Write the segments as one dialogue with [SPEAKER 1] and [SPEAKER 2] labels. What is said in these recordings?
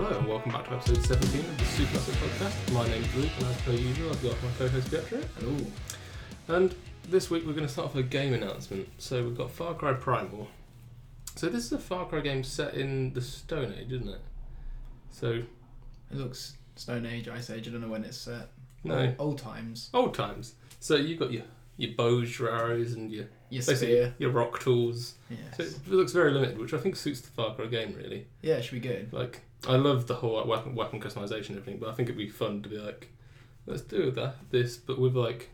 [SPEAKER 1] to episode 17 of the Supermassive Podcast. My name's Luke, and as per usual, I've got my co host Pietro.
[SPEAKER 2] Hello.
[SPEAKER 1] And this week we're going to start off with a game announcement. So we've got Far Cry Primal. So this is a Far Cry game set in the Stone Age, isn't it? So,
[SPEAKER 2] It looks Stone Age, Ice Age. I don't know when it's set.
[SPEAKER 1] no.
[SPEAKER 2] Old times.
[SPEAKER 1] Old times. So you've got your, your bows, your arrows, and your,
[SPEAKER 2] Your
[SPEAKER 1] basically
[SPEAKER 2] sphere.
[SPEAKER 1] your rock tools. So it
[SPEAKER 2] Yes.
[SPEAKER 1] looks very limited, which I think suits the Far Cry game really.
[SPEAKER 2] Yeah, it should be good.
[SPEAKER 1] Like, I love the whole like, weapon, weapon customization and everything, but I think it'd be fun to be like, let's do that this, but with like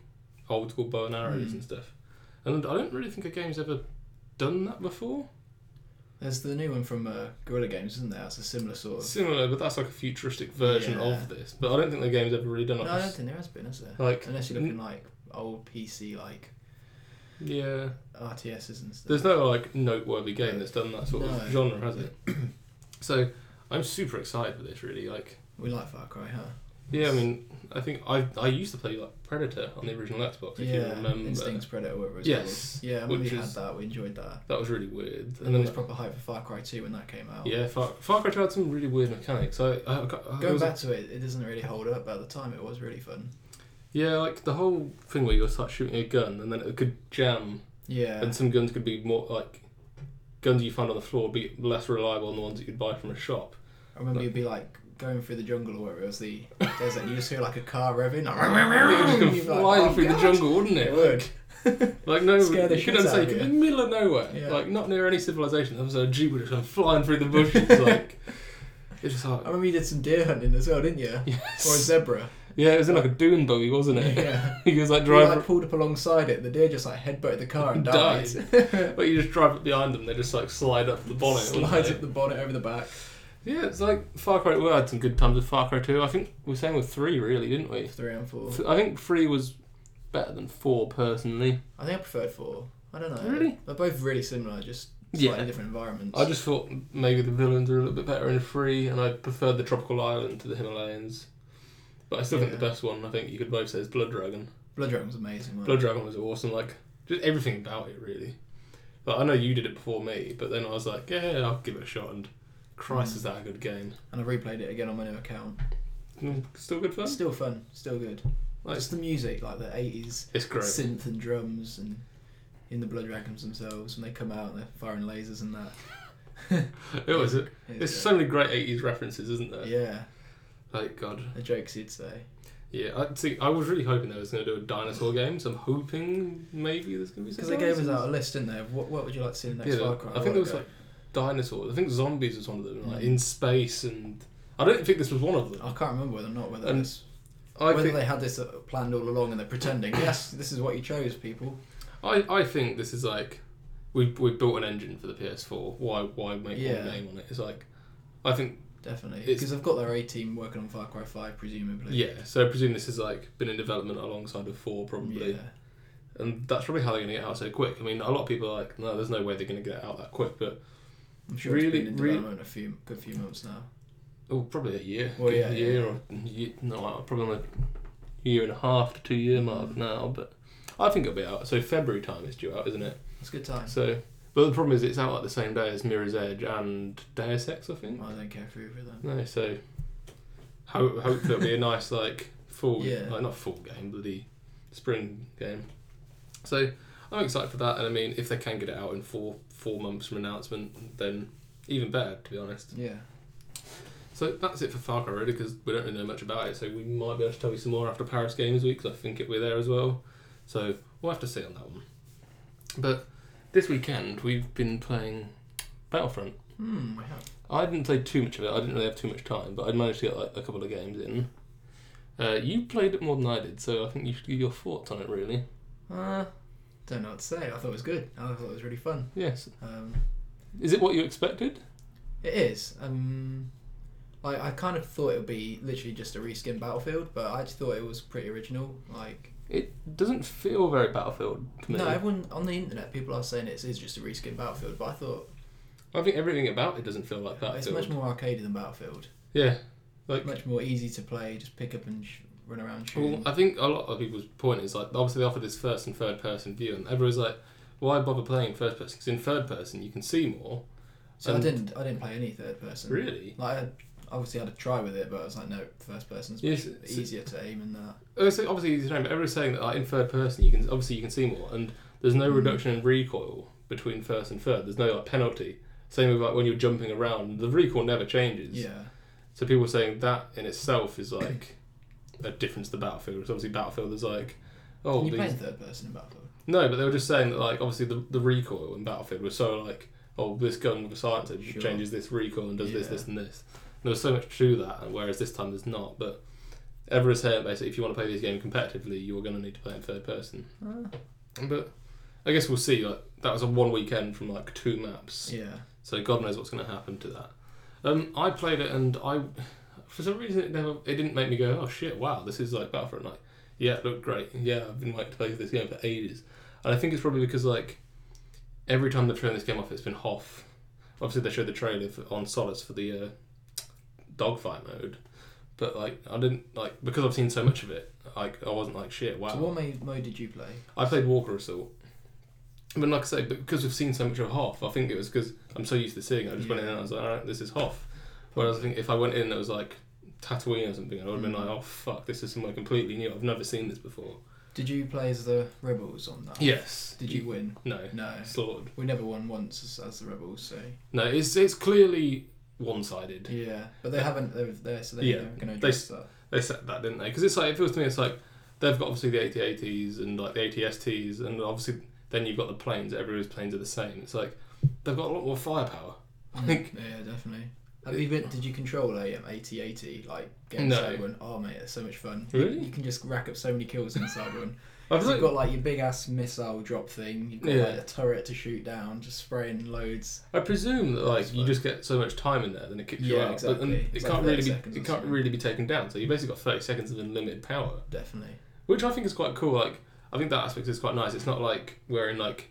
[SPEAKER 1] old school bow and arrows
[SPEAKER 2] Hmm.
[SPEAKER 1] and stuff. And I don't really think a game's ever done that before.
[SPEAKER 2] There's the new one from uh, Guerrilla Games, isn't there? That's a similar sort of.
[SPEAKER 1] Similar, but that's like a futuristic version
[SPEAKER 2] Yeah.
[SPEAKER 1] of this. But I don't think the game's ever really done
[SPEAKER 2] No,
[SPEAKER 1] like
[SPEAKER 2] I don't
[SPEAKER 1] this.
[SPEAKER 2] think there has been, has there?
[SPEAKER 1] Like,
[SPEAKER 2] Unless you're
[SPEAKER 1] n-
[SPEAKER 2] looking like old PC, like
[SPEAKER 1] yeah,
[SPEAKER 2] RTSs and stuff.
[SPEAKER 1] there's no like noteworthy game that's done that sort
[SPEAKER 2] No.
[SPEAKER 1] of genre, has it? so I'm super excited for this. Really, like,
[SPEAKER 2] We like Far Cry, huh?
[SPEAKER 1] yeah, I mean, I think I I used to play like Predator on the original Xbox. If you
[SPEAKER 2] yeah.
[SPEAKER 1] remember,
[SPEAKER 2] Instincts Predator, whatever it's
[SPEAKER 1] Yes,
[SPEAKER 2] called. Yeah, when we
[SPEAKER 1] which
[SPEAKER 2] had
[SPEAKER 1] is-
[SPEAKER 2] that, we enjoyed that.
[SPEAKER 1] That was really weird.
[SPEAKER 2] And there was
[SPEAKER 1] that-
[SPEAKER 2] proper hype for Far Cry 2 when that came out.
[SPEAKER 1] yeah, Far, Far Cry 2 had some really weird mechanics. I, I, I, I
[SPEAKER 2] Going
[SPEAKER 1] was-
[SPEAKER 2] back to it, it doesn't really hold up, but at the time it was really fun.
[SPEAKER 1] yeah, like the whole thing where you start shooting a gun and then it could jam,
[SPEAKER 2] Yeah.
[SPEAKER 1] and some guns could be more like guns you find on the floor be less reliable than the ones that you'd buy from a shop.
[SPEAKER 2] I remember you'd be like going through the jungle or wherever it was the desert, and you just hear like a car revving.
[SPEAKER 1] It would just
[SPEAKER 2] Like, "Oh,
[SPEAKER 1] go flying through the jungle, wouldn't
[SPEAKER 2] It
[SPEAKER 1] it?
[SPEAKER 2] would.
[SPEAKER 1] Like no,
[SPEAKER 2] Scare the
[SPEAKER 1] you
[SPEAKER 2] shit
[SPEAKER 1] couldn't
[SPEAKER 2] out
[SPEAKER 1] say
[SPEAKER 2] of
[SPEAKER 1] in
[SPEAKER 2] you.
[SPEAKER 1] the middle of nowhere,
[SPEAKER 2] Yeah.
[SPEAKER 1] like not near any civilization. There was a jeep would just go flying through the bushes, like it's just
[SPEAKER 2] I
[SPEAKER 1] like
[SPEAKER 2] remember you did some deer hunting as well, didn't you? Or a zebra.
[SPEAKER 1] yeah, it was in like a dune buggy, wasn't it?
[SPEAKER 2] Yeah.
[SPEAKER 1] he was like
[SPEAKER 2] You
[SPEAKER 1] driving.
[SPEAKER 2] like pulled up alongside it. The deer just like headbutted the car and died.
[SPEAKER 1] Died. But you just drive up behind them, they just like slide up the bonnet. wouldn't
[SPEAKER 2] Slides
[SPEAKER 1] they?
[SPEAKER 2] up the bonnet over the back.
[SPEAKER 1] Yeah, it's like Far Cry. We had some good times with Far Cry 2. I think we were saying with 3, really, didn't we?
[SPEAKER 2] Three and four.
[SPEAKER 1] Th- I think 3 was better than 4, personally.
[SPEAKER 2] I think I preferred four. I don't know.
[SPEAKER 1] Really?
[SPEAKER 2] They're both really similar, just slightly
[SPEAKER 1] Yeah.
[SPEAKER 2] different environments.
[SPEAKER 1] I just thought maybe the villains were a little bit better in 3, and I preferred the tropical island to the Himalayans. But I still think the
[SPEAKER 2] Yeah.
[SPEAKER 1] best one, I think you could both say, is Blood Dragon.
[SPEAKER 2] Blood Dragon was amazing. wasn't
[SPEAKER 1] Blood
[SPEAKER 2] it?
[SPEAKER 1] Dragon was awesome, like, just everything about it, really. Like, I know you did it before me, but then I was like, yeah, I'll give it a shot, and Christ,
[SPEAKER 2] Mm.
[SPEAKER 1] is that a good game.
[SPEAKER 2] And I replayed it again on my new account.
[SPEAKER 1] Mm, Still good fun?
[SPEAKER 2] Still fun. Still good.
[SPEAKER 1] Like,
[SPEAKER 2] Just the music, like the eighties.
[SPEAKER 1] it's great.
[SPEAKER 2] synth and drums and in the Blood Dragons themselves when they come out and they're firing lasers and that.
[SPEAKER 1] It was. There's
[SPEAKER 2] uh,
[SPEAKER 1] so many great '80s references, isn't there?
[SPEAKER 2] yeah,
[SPEAKER 1] Like God.
[SPEAKER 2] the jokes you'd say.
[SPEAKER 1] Yeah. I see. I was really hoping they was going to do a dinosaur game, so I'm hoping maybe there's going to be. some
[SPEAKER 2] Because they gave us
[SPEAKER 1] dinosaurs.
[SPEAKER 2] out a list, didn't they? of What, what would you like to see in the next
[SPEAKER 1] Yeah,
[SPEAKER 2] Far Cry?
[SPEAKER 1] I think
[SPEAKER 2] What
[SPEAKER 1] there was
[SPEAKER 2] go-
[SPEAKER 1] like dinosaurs. I think zombies was one of them, like
[SPEAKER 2] Mm.
[SPEAKER 1] in space, and I don't think this was one of them.
[SPEAKER 2] I can't remember whether or not whether
[SPEAKER 1] And
[SPEAKER 2] this,
[SPEAKER 1] I
[SPEAKER 2] whether
[SPEAKER 1] think
[SPEAKER 2] they had this uh, planned all along and they're pretending. yes, this is what you chose, people.
[SPEAKER 1] I, I think this is like we we built an engine for the PS4. Why why make
[SPEAKER 2] Yeah.
[SPEAKER 1] one game on it? It's like I think
[SPEAKER 2] Definitely,
[SPEAKER 1] It's-
[SPEAKER 2] because they've got their A team working on Far Cry Five, presumably.
[SPEAKER 1] yeah. So I presume this is like been in development alongside of four probably.
[SPEAKER 2] Yeah.
[SPEAKER 1] And that's probably how they're going to get out so quick. I mean, a lot of people are like, no, there's no way they're going to get it out that quick, but,
[SPEAKER 2] I'm sure it's
[SPEAKER 1] Really-
[SPEAKER 2] been in
[SPEAKER 1] really-
[SPEAKER 2] development a few good few months now.
[SPEAKER 1] oh, probably a year.
[SPEAKER 2] Well,
[SPEAKER 1] Good
[SPEAKER 2] yeah,
[SPEAKER 1] year
[SPEAKER 2] yeah.
[SPEAKER 1] or, year, no, I'm probably on a year and a half to two year mark now, but I think it'll be out. So February time it's due out, isn't it?
[SPEAKER 2] That's good time.
[SPEAKER 1] So, but the problem is it's out like the same day as Mirror's Edge and Deus Ex, I think.
[SPEAKER 2] I don't care for either of them.
[SPEAKER 1] No, so ho- hopefully it'll be a nice like full,
[SPEAKER 2] Yeah.
[SPEAKER 1] like not full game, bloody spring game. So I'm excited for that, and I mean, if they can get it out in four four months from announcement, then even better, to be honest.
[SPEAKER 2] Yeah.
[SPEAKER 1] So that's it for Far Cry, really, because we don't really know much about it. So we might be able to tell you some more after Paris Games Week, 'cause I think it'll be there as well. So we'll have to see on that one. But this weekend we've been playing Battlefront.
[SPEAKER 2] Hmm. I have.
[SPEAKER 1] I didn't play too much of it. I didn't really have too much time, but I managed to get like a couple of games in. Uh, you played it more than I did, so I think you should give your thoughts on it. Really,
[SPEAKER 2] Uh, don't know what to say. I thought it was good. I thought it was really fun.
[SPEAKER 1] yes.
[SPEAKER 2] Um,
[SPEAKER 1] Is it what you expected?
[SPEAKER 2] it is. Um, like I kind of thought it would be literally just a reskin Battlefield, but I just thought it was pretty original. Like
[SPEAKER 1] It doesn't feel very Battlefield to me.
[SPEAKER 2] no, everyone on the internet, people are saying it is just a reskin Battlefield, but I thought
[SPEAKER 1] I think everything about it doesn't feel like
[SPEAKER 2] it's
[SPEAKER 1] Battlefield.
[SPEAKER 2] much more arcadey than Battlefield.
[SPEAKER 1] Yeah, like
[SPEAKER 2] Much more easy to play. Just pick up and sh- run around
[SPEAKER 1] well,
[SPEAKER 2] shooting.
[SPEAKER 1] I think a lot of people's point is like obviously they offered this first and third person view, and everyone's like, why bother playing first person? Because in third person you can see more.
[SPEAKER 2] so I
[SPEAKER 1] and-
[SPEAKER 2] didn't. I didn't play any third person.
[SPEAKER 1] Really?
[SPEAKER 2] Like I, obviously had a try with it, but I was like, no, first person's
[SPEAKER 1] Yes,
[SPEAKER 2] much
[SPEAKER 1] so-
[SPEAKER 2] easier to aim in that.
[SPEAKER 1] Obviously, Oh, obviously it's a shame, but everyone's saying that like, in third person, you can obviously you can see more, and there's no
[SPEAKER 2] Mm.
[SPEAKER 1] reduction in recoil between first and third. There's no like penalty. Same with like when you're jumping around, the recoil never changes.
[SPEAKER 2] Yeah,
[SPEAKER 1] So people are saying that in itself is like a difference to Battlefield. Because obviously Battlefield is like, oh,
[SPEAKER 2] Can you
[SPEAKER 1] these-
[SPEAKER 2] play in third person in Battlefield.
[SPEAKER 1] no, but they were just saying that like obviously the, the recoil in Battlefield was so like, oh, this gun with a silencer
[SPEAKER 2] Sure.
[SPEAKER 1] changes this recoil and does this,
[SPEAKER 2] Yeah.
[SPEAKER 1] this, and this. And there was so much to that, whereas this time there's not. But everyone's saying basically, if you want to play this game competitively, you're going to need to play in third person.
[SPEAKER 2] Ah.
[SPEAKER 1] But I guess we'll see. Like that was a one weekend from like two maps.
[SPEAKER 2] Yeah,
[SPEAKER 1] So God knows what's going to happen to that. Um, I played it and I, for some reason, it never, it didn't make me go, oh shit, wow, this is like Battlefront. Like, yeah, it looked great. Yeah, I've been waiting to play this game for ages. And I think it's probably because like every time they've shown this game off, it's been Hoff. Obviously, they showed the trailer for, on Solace for the uh, dogfight mode, but like I didn't like because I've seen so much of it. Like I wasn't like shit, wow.
[SPEAKER 2] So what mode, mode did you play?
[SPEAKER 1] I played Walker Assault. But like I say, because we've seen so much of Hoff, I think it was because I'm so used to seeing it. I just went in and I was like, all right, this is Hoff. Whereas I think if I went in and it was like Tatooine or something, I would have been
[SPEAKER 2] Mm.
[SPEAKER 1] like, oh fuck, this is somewhere completely new. I've never seen this before.
[SPEAKER 2] Did you play as the rebels on that?
[SPEAKER 1] Yes.
[SPEAKER 2] Did you win?
[SPEAKER 1] No.
[SPEAKER 2] No,
[SPEAKER 1] Slaughtered.
[SPEAKER 2] we never won once as, as the rebels. So
[SPEAKER 1] No, it's it's clearly one sided.
[SPEAKER 2] yeah, but they haven't. They're there, so they're
[SPEAKER 1] Yeah,
[SPEAKER 2] going to
[SPEAKER 1] they
[SPEAKER 2] address that.
[SPEAKER 1] They said that, didn't they? Because it's like it feels to me, it's like they've got obviously the AT-ATs and like the ATSTs, and obviously then you've got the planes. Everyone's planes are the same. It's like they've got a lot more firepower.
[SPEAKER 2] Mm.
[SPEAKER 1] Like
[SPEAKER 2] yeah, definitely. Have you been, did you control a um, 8080 like game
[SPEAKER 1] No.
[SPEAKER 2] Cyberrun? Oh mate, it's so much fun.
[SPEAKER 1] Really?
[SPEAKER 2] You can just rack up so many kills in Cyberrun.
[SPEAKER 1] I've
[SPEAKER 2] 'Cause
[SPEAKER 1] like,
[SPEAKER 2] you've got like your big ass missile drop thing. You've got like
[SPEAKER 1] Yeah.
[SPEAKER 2] a turret to shoot down, just spraying loads.
[SPEAKER 1] I presume that like
[SPEAKER 2] That's
[SPEAKER 1] you
[SPEAKER 2] fine.
[SPEAKER 1] just get so much time in there, then it kicks you
[SPEAKER 2] Yeah,
[SPEAKER 1] out, but, and
[SPEAKER 2] exactly.
[SPEAKER 1] it
[SPEAKER 2] It's like
[SPEAKER 1] can't
[SPEAKER 2] 30
[SPEAKER 1] really
[SPEAKER 2] seconds
[SPEAKER 1] be
[SPEAKER 2] or
[SPEAKER 1] it can't
[SPEAKER 2] something.
[SPEAKER 1] really be taken down. So you basically got thirty seconds of unlimited power,
[SPEAKER 2] Definitely.
[SPEAKER 1] which I think is quite cool. Like I think that aspect is quite nice. It's not like we're in like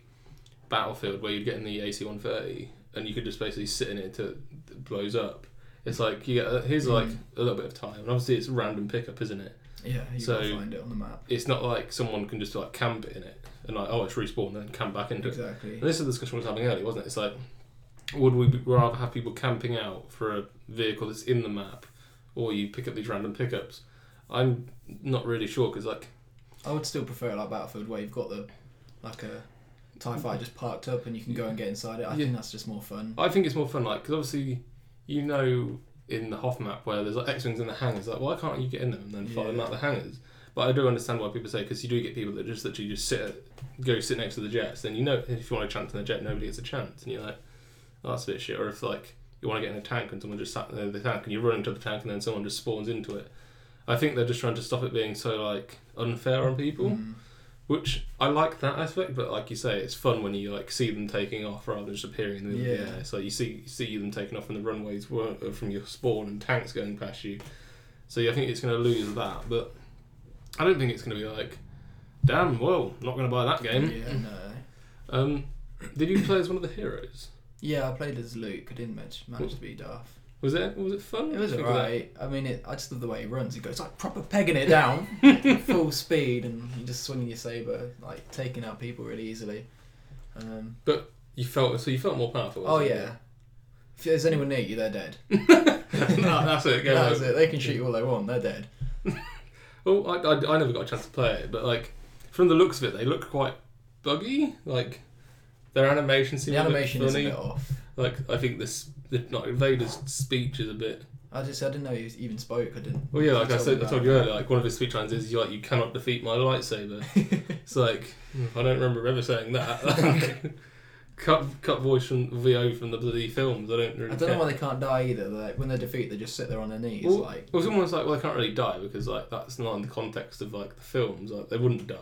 [SPEAKER 1] Battlefield where you'd get in the AC one thirty and you could just basically sit in it until it blows up. It's like you get uh, here's like
[SPEAKER 2] Mm.
[SPEAKER 1] a little bit of time, and obviously it's random pickup, isn't it?
[SPEAKER 2] Yeah, you
[SPEAKER 1] So-
[SPEAKER 2] got to find it on the map.
[SPEAKER 1] It's not like someone can just like camp it in it and like oh it's respawned and then camp back into it.
[SPEAKER 2] Exactly.
[SPEAKER 1] And this is the discussion we was having earlier, wasn't it? It's like, would we be- rather have people camping out for a vehicle that's in the map, or you pick up these random pickups? I'm not really sure because, like,
[SPEAKER 2] I would still prefer it like Battlefield where you've got the like a TIE fighter just parked up and you can go and get inside it. I
[SPEAKER 1] Yeah.
[SPEAKER 2] think that's just more fun.
[SPEAKER 1] I think it's more fun, like, because obviously, you know, in the Hoff map where there's like X wings in the hangars, like, why can't you get in them and then fire them
[SPEAKER 2] Yeah.
[SPEAKER 1] out the hangars? But I do understand why people say because you do get people that just literally just sit, go sit next to the jets. Then you know if you want a chance in the jet, nobody gets a chance, and you're like, oh, that's a bit shit. Or if like you want to get in a tank and someone just sat in the tank and you run into the tank and then someone just spawns into it. I think they're just trying to stop it being so like unfair on people
[SPEAKER 2] Mm.
[SPEAKER 1] which I like that aspect, but like you say, it's fun when you like see them taking off rather than just appearing in the middle of the
[SPEAKER 2] Yeah.
[SPEAKER 1] air. So you see you see them taking off from the runways, wo- uh, from your spawn, and tanks going past you. So yeah, I think it's going to lose that, but I don't think it's going to be like, damn, well, not going to buy that game.
[SPEAKER 2] Yeah, uh, no.
[SPEAKER 1] Um, did you play as one of the heroes?
[SPEAKER 2] Yeah, I played as Luke. I didn't manage, manage to be Darth.
[SPEAKER 1] Was it was it fun?
[SPEAKER 2] It was
[SPEAKER 1] Think of that.
[SPEAKER 2] alright. I mean, it, I just love the way he runs. He goes like proper pegging it down, full speed, and you just swinging your saber, like taking out people really easily. Um,
[SPEAKER 1] You felt so you felt more powerful.
[SPEAKER 2] oh
[SPEAKER 1] wasn't
[SPEAKER 2] yeah. If there's anyone near you, they're dead.
[SPEAKER 1] you? no, that's it. Go
[SPEAKER 2] That's
[SPEAKER 1] home.
[SPEAKER 2] it. They can shoot you all they want. They're dead.
[SPEAKER 1] Well, I, I, I never got a chance to play it, but like from the looks of it, they look quite buggy. Like their animation seems
[SPEAKER 2] The animation
[SPEAKER 1] a bit
[SPEAKER 2] is a
[SPEAKER 1] funny.
[SPEAKER 2] bit off.
[SPEAKER 1] Like I think this, the, like Vader's speech is a bit.
[SPEAKER 2] I just I didn't know he was- even spoke. I didn't.
[SPEAKER 1] Well, yeah, like I
[SPEAKER 2] Tell
[SPEAKER 1] said,
[SPEAKER 2] me
[SPEAKER 1] I told
[SPEAKER 2] about
[SPEAKER 1] you
[SPEAKER 2] it.
[SPEAKER 1] earlier, like one of his speech lines is "You like you cannot defeat my lightsaber." it's like I don't remember ever saying that. Like, cut cut voice from VO from the bloody films. I don't. Really
[SPEAKER 2] I don't know
[SPEAKER 1] care.
[SPEAKER 2] why they can't die either. Like when they're defeated, they just sit there on their knees.
[SPEAKER 1] Well,
[SPEAKER 2] like
[SPEAKER 1] Well, someone's like, well, they can't really die because like that's not in the context of like the films. Like they wouldn't die,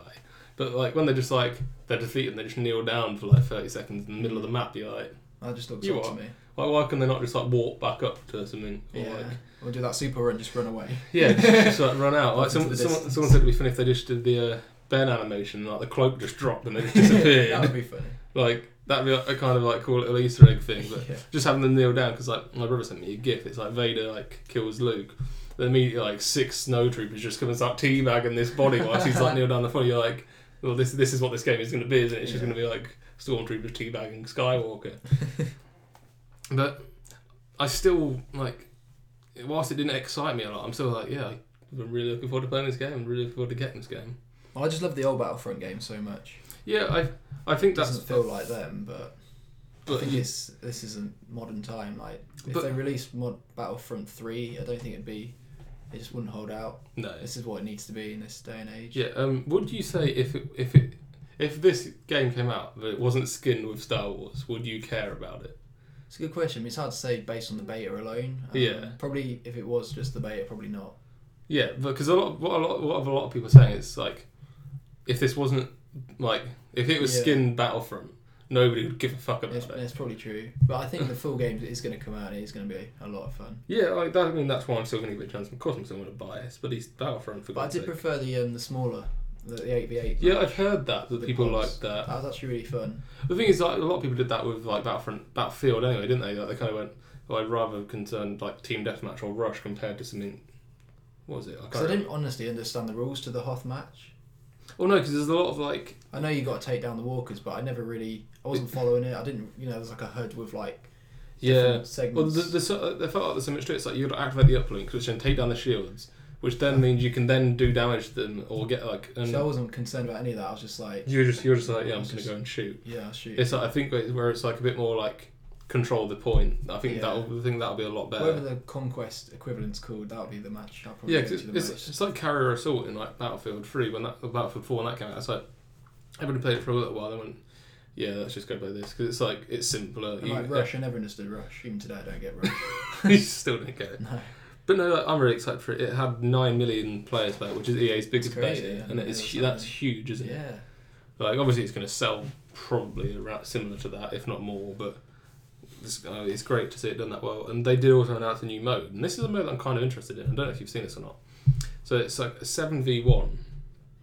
[SPEAKER 1] but like when they're just like they're defeated and they just kneel down for like thirty seconds in the middle of the map, you're like,
[SPEAKER 2] that just looks
[SPEAKER 1] you
[SPEAKER 2] odd
[SPEAKER 1] are.
[SPEAKER 2] to me.
[SPEAKER 1] like why can they not just like walk back up to something or
[SPEAKER 2] yeah,
[SPEAKER 1] like
[SPEAKER 2] or do that super run, just run away.
[SPEAKER 1] yeah, just like run out? Like
[SPEAKER 2] Off into
[SPEAKER 1] some,
[SPEAKER 2] the
[SPEAKER 1] someone,
[SPEAKER 2] distance.
[SPEAKER 1] someone said it'd be funny if they just did the uh, Ben animation, like the cloak just dropped and they just disappeared.
[SPEAKER 2] that would be funny.
[SPEAKER 1] Like that'd be like, a kind of like cool little Easter egg thing, but
[SPEAKER 2] Yeah.
[SPEAKER 1] just having them kneel down because like my brother sent me a gif. It's like Vader like kills Luke. Then immediately like six snow troopers just come and start teabagging this body whilst he's like kneel down the floor. You're like, well, this this is what this game is going to be, isn't it? It's just
[SPEAKER 2] Yeah.
[SPEAKER 1] going to be like stormtroopers teabagging Skywalker. but I still like whilst it didn't excite me a lot, I'm still like, yeah, I'm really looking forward to playing this game. I'm really looking forward to getting this game.
[SPEAKER 2] I just love the old Battlefront games so much.
[SPEAKER 1] Yeah, I I think
[SPEAKER 2] It
[SPEAKER 1] that's
[SPEAKER 2] doesn't feel like them, but, I
[SPEAKER 1] but
[SPEAKER 2] think it's this is a modern time. Like if
[SPEAKER 1] But-
[SPEAKER 2] they released mod Battlefront three, I don't think it'd be. It just wouldn't hold out.
[SPEAKER 1] no,
[SPEAKER 2] This is what it needs to be in this day and age.
[SPEAKER 1] yeah. Um, would you say if it, if it if this game came out that it wasn't skinned with Star Wars, would you care about it?
[SPEAKER 2] It's a good question. I mean, it's hard to say based on the beta alone. Um,
[SPEAKER 1] Yeah.
[SPEAKER 2] Probably if it was just the beta, probably not.
[SPEAKER 1] Yeah, because a lot what a lot what a lot of people are saying is like, if this wasn't like if it was
[SPEAKER 2] Yeah.
[SPEAKER 1] skinned Battlefront, nobody would give a fuck about
[SPEAKER 2] It's,
[SPEAKER 1] it.
[SPEAKER 2] it's probably true. But I think the full game is going to come out and it's going to be a lot of fun.
[SPEAKER 1] Yeah, like that. I mean, that's why I'm still going to give it a chance. Of course, I'm still going to buy it, but it's Battlefront for
[SPEAKER 2] But I
[SPEAKER 1] God's
[SPEAKER 2] did
[SPEAKER 1] sake.
[SPEAKER 2] prefer the um, the smaller, the, the 8v8.
[SPEAKER 1] Yeah, I've heard that that
[SPEAKER 2] The
[SPEAKER 1] people
[SPEAKER 2] pods.
[SPEAKER 1] like that.
[SPEAKER 2] That was actually really fun.
[SPEAKER 1] The thing is, like a lot of people did that with like Battlefront, Battlefield anyway, didn't they? Like they kind of went, oh, I'd rather concerned like Team Deathmatch or Rush compared to something. What was it? I
[SPEAKER 2] Because I
[SPEAKER 1] can't.
[SPEAKER 2] didn't
[SPEAKER 1] remember.
[SPEAKER 2] honestly understand the rules to the Hoth match.
[SPEAKER 1] Well, no, because there's a lot of like,
[SPEAKER 2] I know you got to take down the walkers, but I never really. I wasn't following it. I didn't. You know, there's like a HUD with like
[SPEAKER 1] yeah.
[SPEAKER 2] different segments.
[SPEAKER 1] Well, the, the, so- they felt like there's so much to it. It's like you got to activate the uplinks, which then take down the shields, which then means you can then do damage to them or get like. And
[SPEAKER 2] so I wasn't concerned about any of that. I was just like,
[SPEAKER 1] you're just you're just like, yeah, I'm just gonna go and shoot.
[SPEAKER 2] yeah, I'll shoot.
[SPEAKER 1] It's like, I think where- where it's like a bit more like control the point. I think
[SPEAKER 2] Yeah.
[SPEAKER 1] that'll I think that'll be a lot better.
[SPEAKER 2] Whatever the conquest equivalent's called, that'll be the match. I'll probably
[SPEAKER 1] Yeah,
[SPEAKER 2] go
[SPEAKER 1] 'cause
[SPEAKER 2] to the
[SPEAKER 1] it's,
[SPEAKER 2] most.
[SPEAKER 1] it's, it's like Carrier Assault in like Battlefield Three when that or Battlefield Four when that came out. It's like everybody played it for a little while. They went, yeah, let's just go play this because it's like it's simpler.
[SPEAKER 2] And
[SPEAKER 1] You-
[SPEAKER 2] like Rush, I never understood Rush. Even today, I don't get Rush.
[SPEAKER 1] you still don't get it.
[SPEAKER 2] No.
[SPEAKER 1] But no, like, I'm really excited for it. It had nine million players play, it, which is EA's biggest
[SPEAKER 2] crazy,
[SPEAKER 1] beta,
[SPEAKER 2] yeah.
[SPEAKER 1] and it is
[SPEAKER 2] Yeah,
[SPEAKER 1] hu-
[SPEAKER 2] that's
[SPEAKER 1] that's huge, isn't it?
[SPEAKER 2] yeah.
[SPEAKER 1] Like obviously it's going to sell probably around similar to that, if not more. But it's, uh, it's great to see it done that well. And they did also announce a new mode, and this is a mode that I'm kind of interested in. I don't know if you've seen this or not. So it's like a seven v one.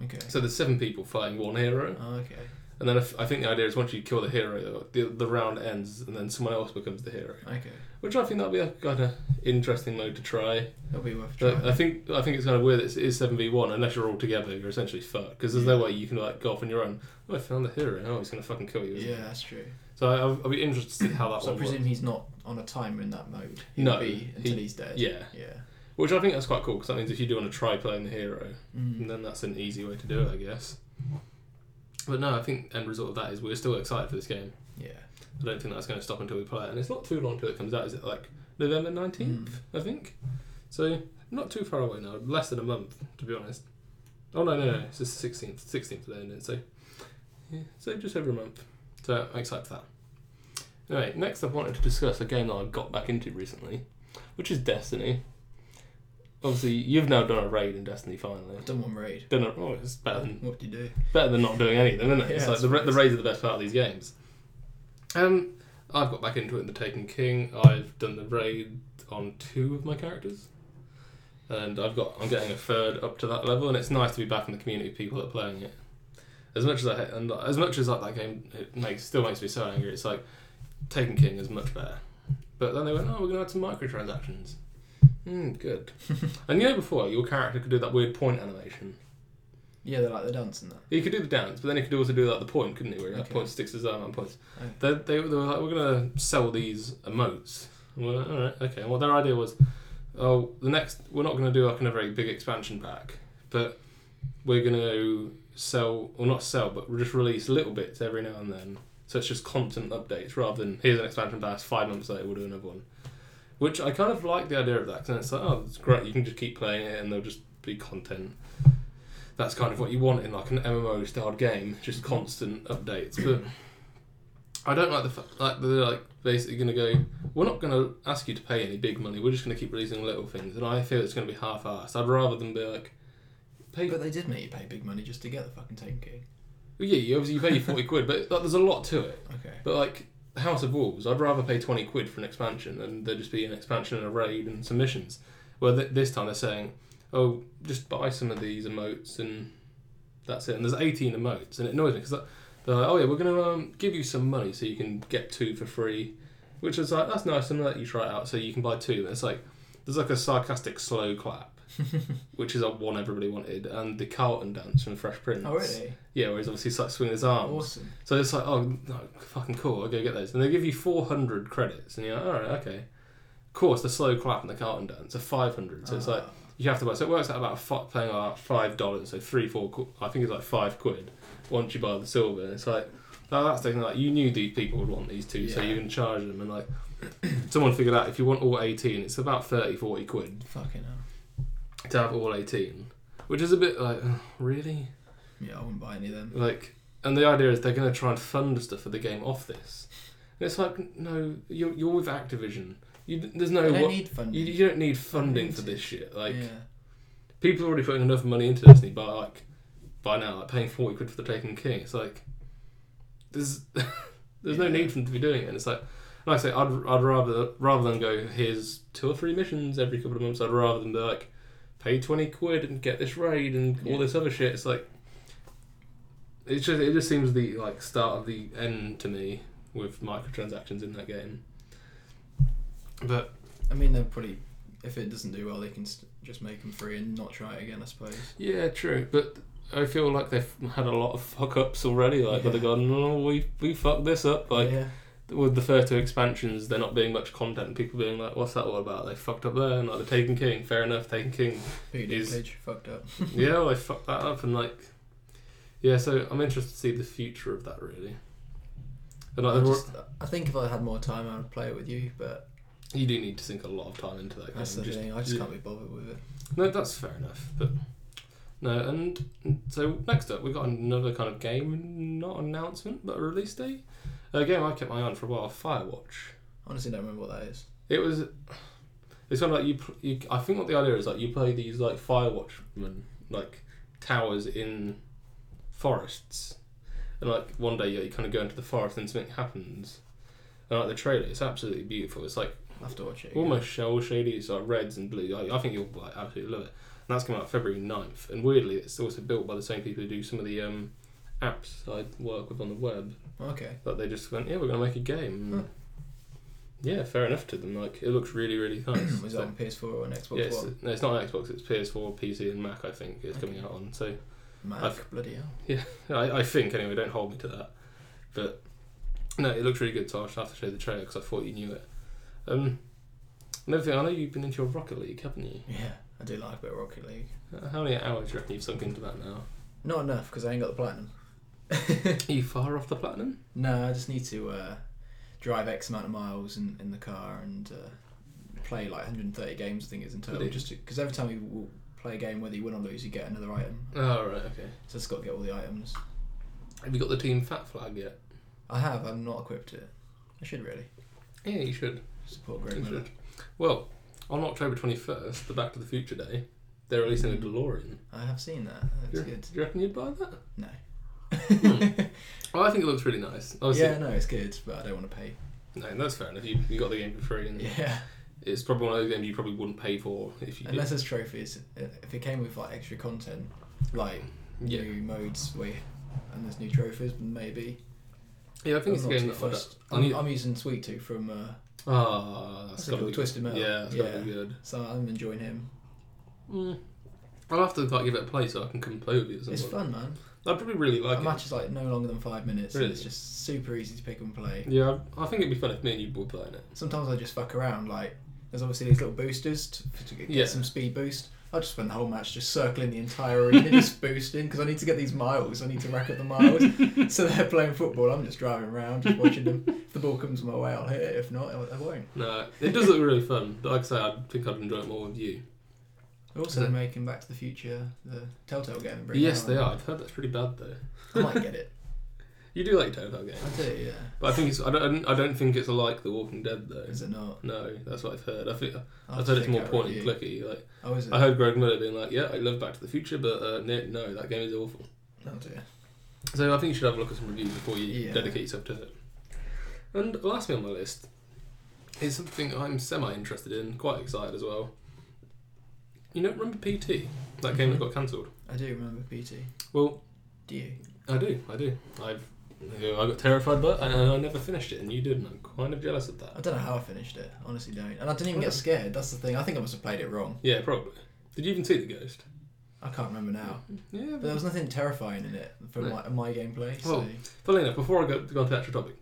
[SPEAKER 2] Okay.
[SPEAKER 1] So there's seven people fighting one hero,
[SPEAKER 2] Oh, okay.
[SPEAKER 1] and then if, I think the idea is once you kill the hero, the, the round ends, and then someone else becomes the hero.
[SPEAKER 2] Okay.
[SPEAKER 1] Which I think that'll be a kind of interesting mode to try.
[SPEAKER 2] That'll be worth trying.
[SPEAKER 1] But I think I think it's kind of weird. That it's, it's seven v one unless you're all together. You're essentially fucked because there's no way you can like go off on your own. Oh, I found the hero. Oh, he's gonna fucking kill you. isn't he?"
[SPEAKER 2] yeah, that's true.
[SPEAKER 1] So I, I'll, I'll be interested to see how that
[SPEAKER 2] So I
[SPEAKER 1] one works.
[SPEAKER 2] presume he's not on a timer in that mode. He'll
[SPEAKER 1] No,
[SPEAKER 2] be until
[SPEAKER 1] he-
[SPEAKER 2] he's dead.
[SPEAKER 1] Yeah,
[SPEAKER 2] Yeah.
[SPEAKER 1] which I think that's quite cool because that means if you do want to try playing the hero,
[SPEAKER 2] Mm.
[SPEAKER 1] then that's an easy way to do it, I guess. But no, I think end result of that is we're still excited for this game.
[SPEAKER 2] Yeah.
[SPEAKER 1] I don't think that's going to stop until we play it. And it's not too long till it comes out. Is it like November 19th, I think? So not too far away now. Less than a month, to be honest. Oh, no, no, no. It's just 16th. 16th today, isn't it? So, yeah, so just over a month. So I'm excited for that. Anyway, next I wanted to discuss a game that I got back into recently, which is Destiny. Obviously, you've now done a raid in Destiny finally.
[SPEAKER 2] I've done one raid.
[SPEAKER 1] Done a, oh, it's better than
[SPEAKER 2] What do you do?
[SPEAKER 1] better than not doing any of them, isn't it?
[SPEAKER 2] Yeah,
[SPEAKER 1] it's like
[SPEAKER 2] that's
[SPEAKER 1] the, ra- the
[SPEAKER 2] right.
[SPEAKER 1] raids are the best part of these games. Um, I've got back into it in the Taken King. I've done the raid on two of my characters, and I've got I'm getting a third up to that level, and it's nice to be back in the community of people that are playing it. As much as I hate, and as much as like that game, it makes still makes me so angry. It's like Taken King is much better, but then they went, oh, we're gonna add some microtransactions. Hmm, good. and you know before your character could do that weird point animation.
[SPEAKER 2] Yeah, they're like the dance and that.
[SPEAKER 1] He could do the dance, but then he could also do like the point, couldn't he? Where that
[SPEAKER 2] Okay.
[SPEAKER 1] point sticks his arm and points.
[SPEAKER 2] Okay.
[SPEAKER 1] They, they, they were like, we're gonna sell these emotes. And we're like, all right, okay. Well, their idea was, oh, the next we're not gonna do like a very big expansion pack, but we're gonna sell or not sell, but we'll just release little bits every now and then. So it's just constant updates rather than here's an expansion pass. Five months later, we'll do another one. Which I kind of like the idea of that because it's like, oh, it's great. You can just keep playing it, and there'll just be content that's kind of what you want in like an MMO styled game, just constant updates. But I don't like the fact like they're like basically going to go. We're not going to ask you to pay any big money. We're just going to keep releasing little things, and I feel it's going to be half assed. I'd rather than be like, pay.
[SPEAKER 2] But they did make you pay big money just to get the fucking Taken King.
[SPEAKER 1] Well, yeah, you obviously you pay your forty quid, but like, there's a lot to it.
[SPEAKER 2] Okay.
[SPEAKER 1] But like House of Wolves, I'd rather pay twenty quid for an expansion, and there just be an expansion and a raid and some missions. Where th- this time they're saying, oh, just buy some of these emotes and that's it. And there's 18 emotes, and it annoys me because they're like, oh yeah, we're gonna um, give you some money so you can get two for free, which is like that's nice. I'm gonna let you try it out so you can buy two. And it's like there's like a sarcastic slow clap, which is like one everybody wanted, and the Carlton dance from Fresh Prince.
[SPEAKER 2] Oh, really?
[SPEAKER 1] Yeah, where he's obviously like swinging his arms.
[SPEAKER 2] Awesome.
[SPEAKER 1] So it's like, oh, no, fucking cool. I'll go get those. And they give you 400 credits. And you're like, all right, okay. Of course, the slow clap and the Carlton dance are five hundred. So it's
[SPEAKER 2] Ah.
[SPEAKER 1] like you have to buy. So it works out about fi playing about five dollars. So three, four. qu- I think it's like five quid once you buy the silver. And it's like now that's taking like you knew these people would want these two, so
[SPEAKER 2] Yeah.
[SPEAKER 1] you can charge them and like. Someone figured out if you want all 18, it's about 30, 40 quid
[SPEAKER 2] Fucking hell.
[SPEAKER 1] to have all 18, which is a bit like, "Ugh, really?
[SPEAKER 2] Yeah, I wouldn't buy any of them.
[SPEAKER 1] Like, and the idea is they're going to try and fund stuff for the game off this. And it's like, no, you're, you're with Activision. You, there's no
[SPEAKER 2] I don't
[SPEAKER 1] what,
[SPEAKER 2] need funding.
[SPEAKER 1] you, you don't need funding for this shit. Like,
[SPEAKER 2] yeah.
[SPEAKER 1] people are already putting enough money into Disney by like by now, like paying forty quid for the Taken King. It's like there's there's no
[SPEAKER 2] Yeah.
[SPEAKER 1] need for them to be doing it. And it's like like I say, I'd I'd rather rather than go here's two or three missions every couple of months. I'd rather than be like pay twenty quid and get this raid and all
[SPEAKER 2] Yeah.
[SPEAKER 1] this other shit. It's like it just it just seems the like start of the end to me with microtransactions in that game. But
[SPEAKER 2] I mean, they're probably. If it doesn't do well, they can s just make them free and not try it again, I suppose.
[SPEAKER 1] Yeah, true. But I feel like they've had a lot of fuck ups already. Like, with the
[SPEAKER 2] Yeah.
[SPEAKER 1] garden, oh, we we fucked this up. Like
[SPEAKER 2] yeah.
[SPEAKER 1] with the first two expansions, there not being much content. and People being like, "What's that all about?" They fucked up there, and like the Taken King. Fair enough, Taken King.
[SPEAKER 2] Peter
[SPEAKER 1] is-
[SPEAKER 2] Dinklage fucked up.
[SPEAKER 1] yeah, well, they fucked that up, and like, yeah. So I'm interested to see the future of that really. And like,
[SPEAKER 2] I,
[SPEAKER 1] the-
[SPEAKER 2] just, I think if I had more time, I would play it with you, but
[SPEAKER 1] you do need to sink a lot of time into that game.
[SPEAKER 2] that's the
[SPEAKER 1] just-
[SPEAKER 2] thing. I just
[SPEAKER 1] yeah.
[SPEAKER 2] can't be bothered with it.
[SPEAKER 1] No, that's fair enough. But no, and so next up, we got another kind of game, not announcement, but a release date. A game I kept my eye on for a while, Firewatch.
[SPEAKER 2] Honestly, don't remember what that is.
[SPEAKER 1] It was. It's kind of like you, pl- you. I think what the idea is like you play these like firewatchmen, like towers in forests, and like one day you, you kind of go into the forest and something happens. And like the trailer, it's absolutely beautiful. It's like
[SPEAKER 2] I have to watch it. again.
[SPEAKER 1] almost shell shady. It's like reds and blue. I, I think you'll like absolutely love it. And that's coming out February 9th. And weirdly, it's also built by the same people who do some of the um, apps I work with on the web.
[SPEAKER 2] Okay.
[SPEAKER 1] But they just went, yeah, we're going to make a game.
[SPEAKER 2] Huh.
[SPEAKER 1] Yeah, fair enough to them. Like it looks really, really nice.
[SPEAKER 2] Was
[SPEAKER 1] So-
[SPEAKER 2] that on PS4 or on Xbox
[SPEAKER 1] yeah, it's,
[SPEAKER 2] One?
[SPEAKER 1] no, it's not on Xbox. It's PS4, PC, and Mac. I think it's coming
[SPEAKER 2] Okay.
[SPEAKER 1] out on. So
[SPEAKER 2] Mac,
[SPEAKER 1] I've-
[SPEAKER 2] bloody hell.
[SPEAKER 1] I, I think anyway. Don't hold me to that. But no, it looks really good. So I should have to show you the trailer because I thought you knew it. Um, another thing, I know you've been into your Rocket League, haven't you?
[SPEAKER 2] Yeah, I do like a bit of Rocket League.
[SPEAKER 1] How many hours do you reckon you've sunk into that now?
[SPEAKER 2] Not enough because I ain't got the platinum.
[SPEAKER 1] Are you far off the platinum?
[SPEAKER 2] No, I just need to uh, drive X amount of miles in, in the car and uh, play like 130 games. I think it's in total.
[SPEAKER 1] Really?
[SPEAKER 2] Just because every time you w- play a game, whether you win or lose, you get another item.
[SPEAKER 1] Oh, right, okay.
[SPEAKER 2] So it's got to get all the items.
[SPEAKER 1] Have you got the team fat flag yet?
[SPEAKER 2] I have. I'm not equipped to it. I should really
[SPEAKER 1] Yeah, you should.
[SPEAKER 2] support Greg
[SPEAKER 1] You
[SPEAKER 2] Miller.
[SPEAKER 1] should. Well, on October 21st, the Back to the Future Day, they're releasing a DeLorean.
[SPEAKER 2] I have seen that. That's
[SPEAKER 1] Yeah.
[SPEAKER 2] good.
[SPEAKER 1] Do you reckon you'd buy that?
[SPEAKER 2] No.
[SPEAKER 1] Well, I think it looks really nice. Hmm. Obviously,
[SPEAKER 2] yeah, no, it's good, but I don't want to pay.
[SPEAKER 1] no, that's fair enough. You, you got the game for free, and
[SPEAKER 2] Yeah.
[SPEAKER 1] it's probably one of those games you probably wouldn't pay for if you did.
[SPEAKER 2] Unless there's trophies. If it came with like extra content, like
[SPEAKER 1] Yeah.
[SPEAKER 2] new modes where, and there's new trophies, maybe.
[SPEAKER 1] Yeah, I think it's
[SPEAKER 2] I'm
[SPEAKER 1] a
[SPEAKER 2] not
[SPEAKER 1] game
[SPEAKER 2] too
[SPEAKER 1] that would.
[SPEAKER 2] fussed.
[SPEAKER 1] I need.
[SPEAKER 2] I'm, I'm using Sweet Tooth from, uh,
[SPEAKER 1] Ah, that's
[SPEAKER 2] That's a
[SPEAKER 1] gotta
[SPEAKER 2] little
[SPEAKER 1] be
[SPEAKER 2] twisted
[SPEAKER 1] good.
[SPEAKER 2] metal.
[SPEAKER 1] Yeah, that's gotta be
[SPEAKER 2] Yeah.
[SPEAKER 1] good.
[SPEAKER 2] so I'm enjoying him.
[SPEAKER 1] Mm. I'll have to like give it a play so I can come play with you at some
[SPEAKER 2] It's
[SPEAKER 1] point.
[SPEAKER 2] fun, man.
[SPEAKER 1] I'd probably really like
[SPEAKER 2] a
[SPEAKER 1] it.
[SPEAKER 2] match is like no longer than five minutes. and
[SPEAKER 1] Really?
[SPEAKER 2] It's just super easy to pick and play.
[SPEAKER 1] Yeah, I I think it'd be fun if me and you were playing it.
[SPEAKER 2] Sometimes I just fuck around. Like there's obviously these little boosters to, to get
[SPEAKER 1] Yeah.
[SPEAKER 2] some speed boost. I just spend the whole match just circling the entire arena, just boosting because I need to get these miles. I need to rack up the miles. so they're playing football. I'm just driving around, just watching them. If the ball comes my way, I'll hit it. If not, I I won't.
[SPEAKER 1] No, it does look really fun. But like I say, I think I'd enjoy it more with you.
[SPEAKER 2] They're also making Back to the Future, the Telltale game. and bringing
[SPEAKER 1] yes,
[SPEAKER 2] that
[SPEAKER 1] they
[SPEAKER 2] on.
[SPEAKER 1] are. I've heard that's pretty bad though.
[SPEAKER 2] I might get it.
[SPEAKER 1] You do like Telltale games,
[SPEAKER 2] I do. Yeah.
[SPEAKER 1] but I think it's. I don't. I don't think it's like The Walking Dead though.
[SPEAKER 2] Is it not?
[SPEAKER 1] No, that's what I've heard. I think
[SPEAKER 2] I'll
[SPEAKER 1] I've
[SPEAKER 2] have
[SPEAKER 1] heard
[SPEAKER 2] to
[SPEAKER 1] it's
[SPEAKER 2] check
[SPEAKER 1] more Uh-huh.
[SPEAKER 2] out
[SPEAKER 1] point and
[SPEAKER 2] review.
[SPEAKER 1] clicky. Like
[SPEAKER 2] Oh, is it?
[SPEAKER 1] I heard Greg Miller being like, "Yeah, I love Back to the Future, but uh, no, no, that game is awful."
[SPEAKER 2] Oh dear.
[SPEAKER 1] So I think you should have a look at some reviews before you
[SPEAKER 2] Yeah.
[SPEAKER 1] dedicate yourself to it. And lastly on my list is something I'm semi interested in, quite excited as well. You know, remember PT? That game
[SPEAKER 2] Mm-hmm.
[SPEAKER 1] that got cancelled.
[SPEAKER 2] I do remember PT.
[SPEAKER 1] Well,
[SPEAKER 2] Do you?
[SPEAKER 1] I do, I do. I've I got terrified by it, and I never finished it, and you did, and I'm kind of jealous of
[SPEAKER 2] I
[SPEAKER 1] that.
[SPEAKER 2] don't know how I finished it. Honestly, don't. And I didn't even get scared. That's the thing. I think I must have played it wrong.
[SPEAKER 1] Yeah, probably. Did you even see the ghost?
[SPEAKER 2] I can't remember now.
[SPEAKER 1] Yeah.
[SPEAKER 2] But there was nothing terrifying in it from
[SPEAKER 1] Mm. No.
[SPEAKER 2] my, my gameplay. So,
[SPEAKER 1] Funnily enough, before I go, go on to the actual topic,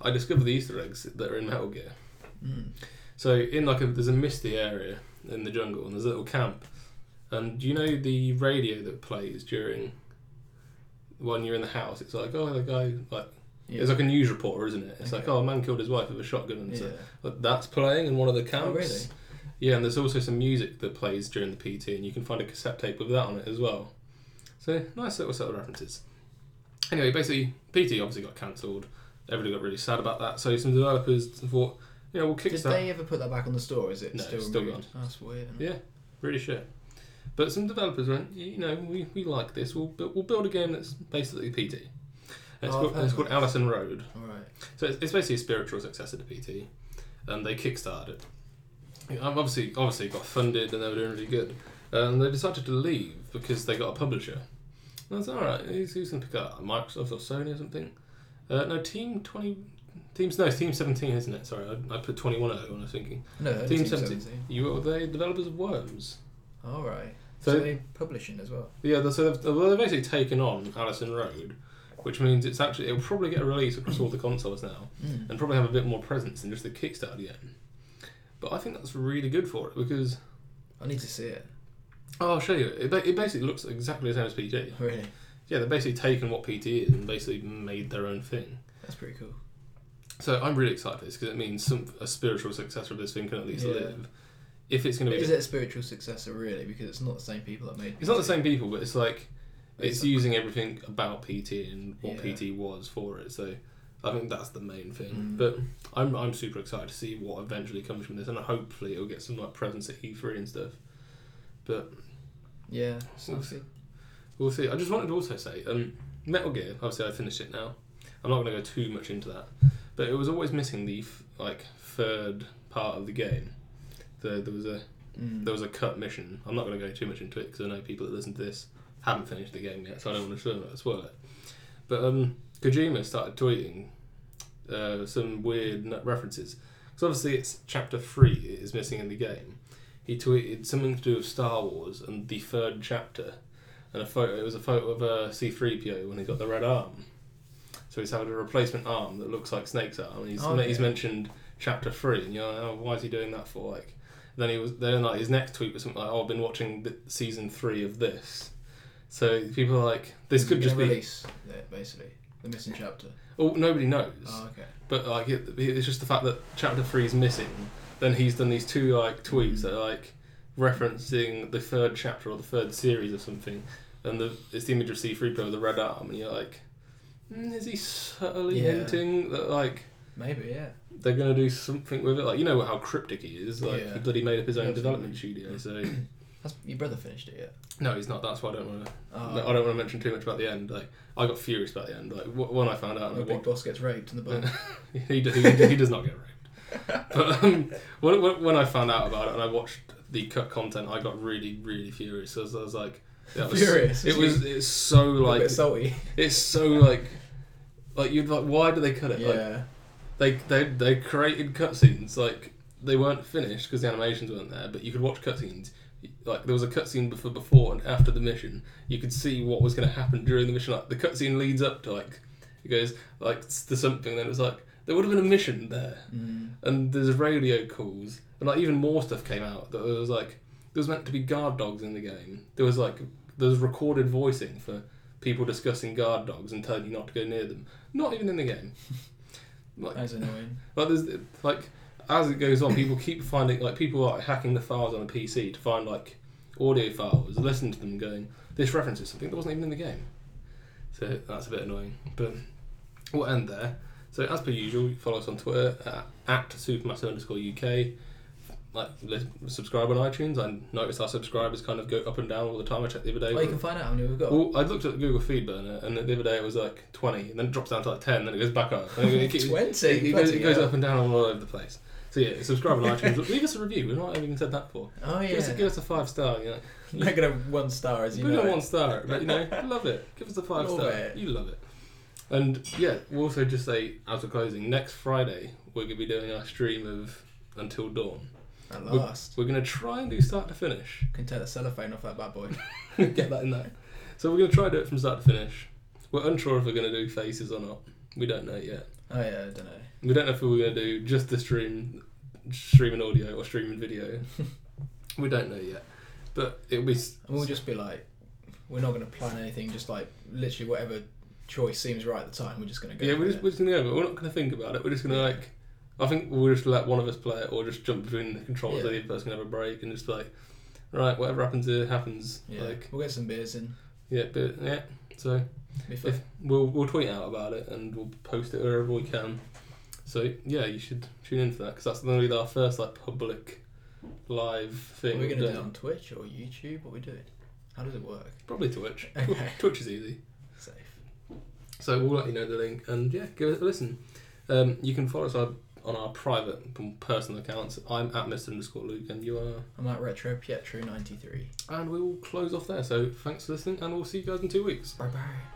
[SPEAKER 1] I discovered the Easter eggs that are in Metal Gear.
[SPEAKER 2] mm.
[SPEAKER 1] So in like a there's a misty area in the jungle and there's a little camp, and you know the radio that plays during when you're in the house. It's like oh the guy like
[SPEAKER 2] Yeah.
[SPEAKER 1] it's like a news reporter, isn't it? It's like
[SPEAKER 2] Okay.
[SPEAKER 1] oh a man killed his wife with a shotgun and
[SPEAKER 2] yeah.
[SPEAKER 1] so but that's playing in one of the camps.
[SPEAKER 2] Oh, really?
[SPEAKER 1] Yeah, and there's also some music that plays during the PT, and you can find a cassette tape with that on it as well. So nice little set of references. Anyway, basically, PT obviously got cancelled. Everybody got really sad about that. So some developers thought, you know, we'll
[SPEAKER 2] Did
[SPEAKER 1] kickstart.
[SPEAKER 2] they ever put that back on the store? Is it
[SPEAKER 1] No,
[SPEAKER 2] still
[SPEAKER 1] it's still
[SPEAKER 2] removed? Oh, That's weird. isn't it?
[SPEAKER 1] Yeah. Really shit. But some developers went, "Y- you know, we, we like this. We'll bu- we'll build a game that's basically PT. And it's
[SPEAKER 2] Oh, I've
[SPEAKER 1] called,
[SPEAKER 2] heard
[SPEAKER 1] it's
[SPEAKER 2] of
[SPEAKER 1] called
[SPEAKER 2] it.
[SPEAKER 1] Allison Road.
[SPEAKER 2] All right.
[SPEAKER 1] So it's, it's basically a spiritual successor to PT, and they kickstarted it. Yeah, Obviously, obviously it got funded and they were doing really good, Uh, and they decided to leave because they got a publisher. And I was all right. Who's, who's going to pick it up? Microsoft or Sony or something? Uh, no, Team Twenty. Teams no, it's Team Seventeen, isn't it? Sorry, I, I put Twenty One earlier when I was thinking.
[SPEAKER 2] No, that is
[SPEAKER 1] Team
[SPEAKER 2] Team
[SPEAKER 1] 17.
[SPEAKER 2] 17.
[SPEAKER 1] You were the developers of Worms.
[SPEAKER 2] All right.
[SPEAKER 1] So-
[SPEAKER 2] So, they publishing as well.
[SPEAKER 1] Yeah, they're- so they've, well, they've basically taken on Allison Road, which means it's actually it'll probably get a release across all the consoles now.
[SPEAKER 2] Mm.
[SPEAKER 1] and probably have a bit more presence than just the Kickstarter game. But I think that's really good for it because
[SPEAKER 2] I need to see it.
[SPEAKER 1] oh, I'll show you. It, ba- it basically looks exactly the same as PT.
[SPEAKER 2] Really,
[SPEAKER 1] Yeah, they've basically taken what PT is and basically made their own thing.
[SPEAKER 2] that's pretty cool.
[SPEAKER 1] So I'm really excited for this because it means some a spiritual successor of this thing can at least
[SPEAKER 2] Yeah.
[SPEAKER 1] live. If it's going to be,
[SPEAKER 2] Is it a spiritual successor really? Because it's not the same people that made.
[SPEAKER 1] it's not the
[SPEAKER 2] PT.
[SPEAKER 1] same people, but it's like it's
[SPEAKER 2] It's-
[SPEAKER 1] using everything about PT and what
[SPEAKER 2] Yeah.
[SPEAKER 1] PT was for it. So I think that's the main thing.
[SPEAKER 2] Mm.
[SPEAKER 1] But I'm I'm super excited to see what eventually comes from this, and hopefully it'll get some like presence at E3 and stuff.
[SPEAKER 2] Yeah. So see.
[SPEAKER 1] We'll see. I just wanted to also say, um, Metal Gear. Obviously, I finished it now. I'm not going to go too much into that, but it was always missing the f- like third part of the game. The, there was a
[SPEAKER 2] Mm.
[SPEAKER 1] there was a cut mission. I'm not going to go too much into it because I know people that listen to this haven't finished the game yet, so I don't want to spoil it. Spoil it. But um, Kojima started tweeting uh, some weird n- references because obviously it's chapter three it is missing in the game. He tweeted something to do with Star Wars and the third chapter, and a photo. It was a photo of uh, C-3PO when he got the red arm. So he's having a replacement arm that looks like Snake's arm. And he's
[SPEAKER 2] Oh,
[SPEAKER 1] he's
[SPEAKER 2] yeah.
[SPEAKER 1] mentioned chapter three, and you're like, oh, why is he doing that for? Like, then he was then like his next tweet was something like, "Oh, I've been watching th- season three of this." So people are like, "This
[SPEAKER 2] Is
[SPEAKER 1] could
[SPEAKER 2] it
[SPEAKER 1] just
[SPEAKER 2] gonna
[SPEAKER 1] be."
[SPEAKER 2] release it, basically the missing chapter.
[SPEAKER 1] Oh, nobody knows.
[SPEAKER 2] Oh, okay.
[SPEAKER 1] But like, it, it's just the fact that chapter three is missing. Then he's done these two like tweets that are like referencing the third chapter or the third series or something, and the it's the image of C three PO with the red arm, and you're like, mm, is he subtly
[SPEAKER 2] Yeah.
[SPEAKER 1] hinting that like
[SPEAKER 2] Maybe yeah.
[SPEAKER 1] they're gonna do something with it? Like you know how cryptic he is. Like
[SPEAKER 2] Yeah.
[SPEAKER 1] he bloody made up his own
[SPEAKER 2] Absolutely.
[SPEAKER 1] development studio, so.
[SPEAKER 2] That's your brother finished it yet?
[SPEAKER 1] No, he's not. That's why I don't want to.
[SPEAKER 2] Oh,
[SPEAKER 1] I don't want to mention too much about the end. Like, I got furious about the end. Like, wh- when I found out,
[SPEAKER 2] When the
[SPEAKER 1] like,
[SPEAKER 2] big
[SPEAKER 1] what,
[SPEAKER 2] boss gets raped in the bar.
[SPEAKER 1] he, d- he, he does not get raped. But um, when, when when I found out about it and I watched the cut content, I got really, really furious. I was, I was like, that was,
[SPEAKER 2] Furious.
[SPEAKER 1] It was. It's so
[SPEAKER 2] a
[SPEAKER 1] like.
[SPEAKER 2] bit salty.
[SPEAKER 1] It's so like. Like you'd like, why do they cut it? Like
[SPEAKER 2] Yeah.
[SPEAKER 1] they they they created cutscenes like they weren't finished because the animations weren't there, but you could watch cutscenes. Like there was a cutscene before before and after the mission, you could see what was going to happen during the mission. Like the cutscene leads up to like it goes like s- to something, then it was like there would have been a mission there,
[SPEAKER 2] Mm.
[SPEAKER 1] and there's radio calls, and like even more stuff came out that was like there was meant to be guard dogs in the game. There was like there was recorded voicing for people discussing guard dogs and telling you not to go near them. Not even in the game. Like
[SPEAKER 2] That's annoying.
[SPEAKER 1] like there's like as it goes on, people keep finding like people are hacking the files on a PC to find like audio files, listen to them, going this references something that wasn't even in the game. So that's a bit annoying, but we'll end there. So as per usual, you follow us on Twitter at, at supermassive underscore UK. Like li- subscribe on iTunes. I noticed our subscribers kind of go up and down all the time. I checked the other day.
[SPEAKER 2] Oh, you can find out how many we've got.
[SPEAKER 1] Well, I looked at the Google feed burner, and the other day it was like twenty, and then it drops down to like ten, then it goes back up. And it keeps-
[SPEAKER 2] Twenty.
[SPEAKER 1] it, it goes, it
[SPEAKER 2] bloody
[SPEAKER 1] goes
[SPEAKER 2] hell.
[SPEAKER 1] up and down all over the place. So yeah, subscribe on iTunes. Leave us a review. We've not even said that before.
[SPEAKER 2] Oh yeah.
[SPEAKER 1] Give, us a, give us a five star. You know,
[SPEAKER 2] They're gonna have one star as you
[SPEAKER 1] we
[SPEAKER 2] know.
[SPEAKER 1] don't
[SPEAKER 2] it.
[SPEAKER 1] want star, but you know, love it. Give us a five
[SPEAKER 2] Love
[SPEAKER 1] star.
[SPEAKER 2] it.
[SPEAKER 1] You love it. And yeah, we'll also just say as we're closing, next Friday we're gonna be doing our stream of Until Dawn.
[SPEAKER 2] At
[SPEAKER 1] We-
[SPEAKER 2] last,
[SPEAKER 1] We're gonna try and do start to finish.
[SPEAKER 2] can take the cellophane off that bad boy.
[SPEAKER 1] Get that in there. So we're gonna try and do it from start to finish. We're unsure if we're gonna do faces or not. We don't know yet.
[SPEAKER 2] Oh yeah, I don't know.
[SPEAKER 1] We don't know if we were going to do just the stream streaming audio or streaming video. we don't know yet, but it'll be. s-
[SPEAKER 2] And we'll just be like, we're not going to plan anything. Just like literally whatever choice seems right at the time, we're just going to go.
[SPEAKER 1] Yeah, we're
[SPEAKER 2] with
[SPEAKER 1] just,
[SPEAKER 2] it.
[SPEAKER 1] we're just gonna go. But we're not gonna think about it. We're just gonna like. I think we'll just let one of us play it, or just jump between the controls. So
[SPEAKER 2] Yeah.
[SPEAKER 1] the other person can have a break and just be like, right, whatever happens here happens.
[SPEAKER 2] yeah.
[SPEAKER 1] Like,
[SPEAKER 2] we'll get some beers in.
[SPEAKER 1] yeah, but yeah. So
[SPEAKER 2] Be fun.
[SPEAKER 1] if we'll we'll tweet out about it and we'll post it wherever we can. So yeah, you should tune in for that because that's going to be our first like public live
[SPEAKER 2] Are
[SPEAKER 1] thing.
[SPEAKER 2] we going to
[SPEAKER 1] we've
[SPEAKER 2] do it
[SPEAKER 1] done.
[SPEAKER 2] on Twitch or YouTube? What are we doing? How does it work?
[SPEAKER 1] Probably Twitch.
[SPEAKER 2] Okay.
[SPEAKER 1] Twitch is easy.
[SPEAKER 2] Safe.
[SPEAKER 1] So we'll let you know the link and yeah, give it a listen. Um, you can follow us on, on our private and personal accounts. I'm at Mr underscore Luke and you are.
[SPEAKER 2] I'm at Retro Pietro 93.
[SPEAKER 1] And we will close off there. So thanks for listening and we'll see you guys in two weeks.
[SPEAKER 2] Bye bye.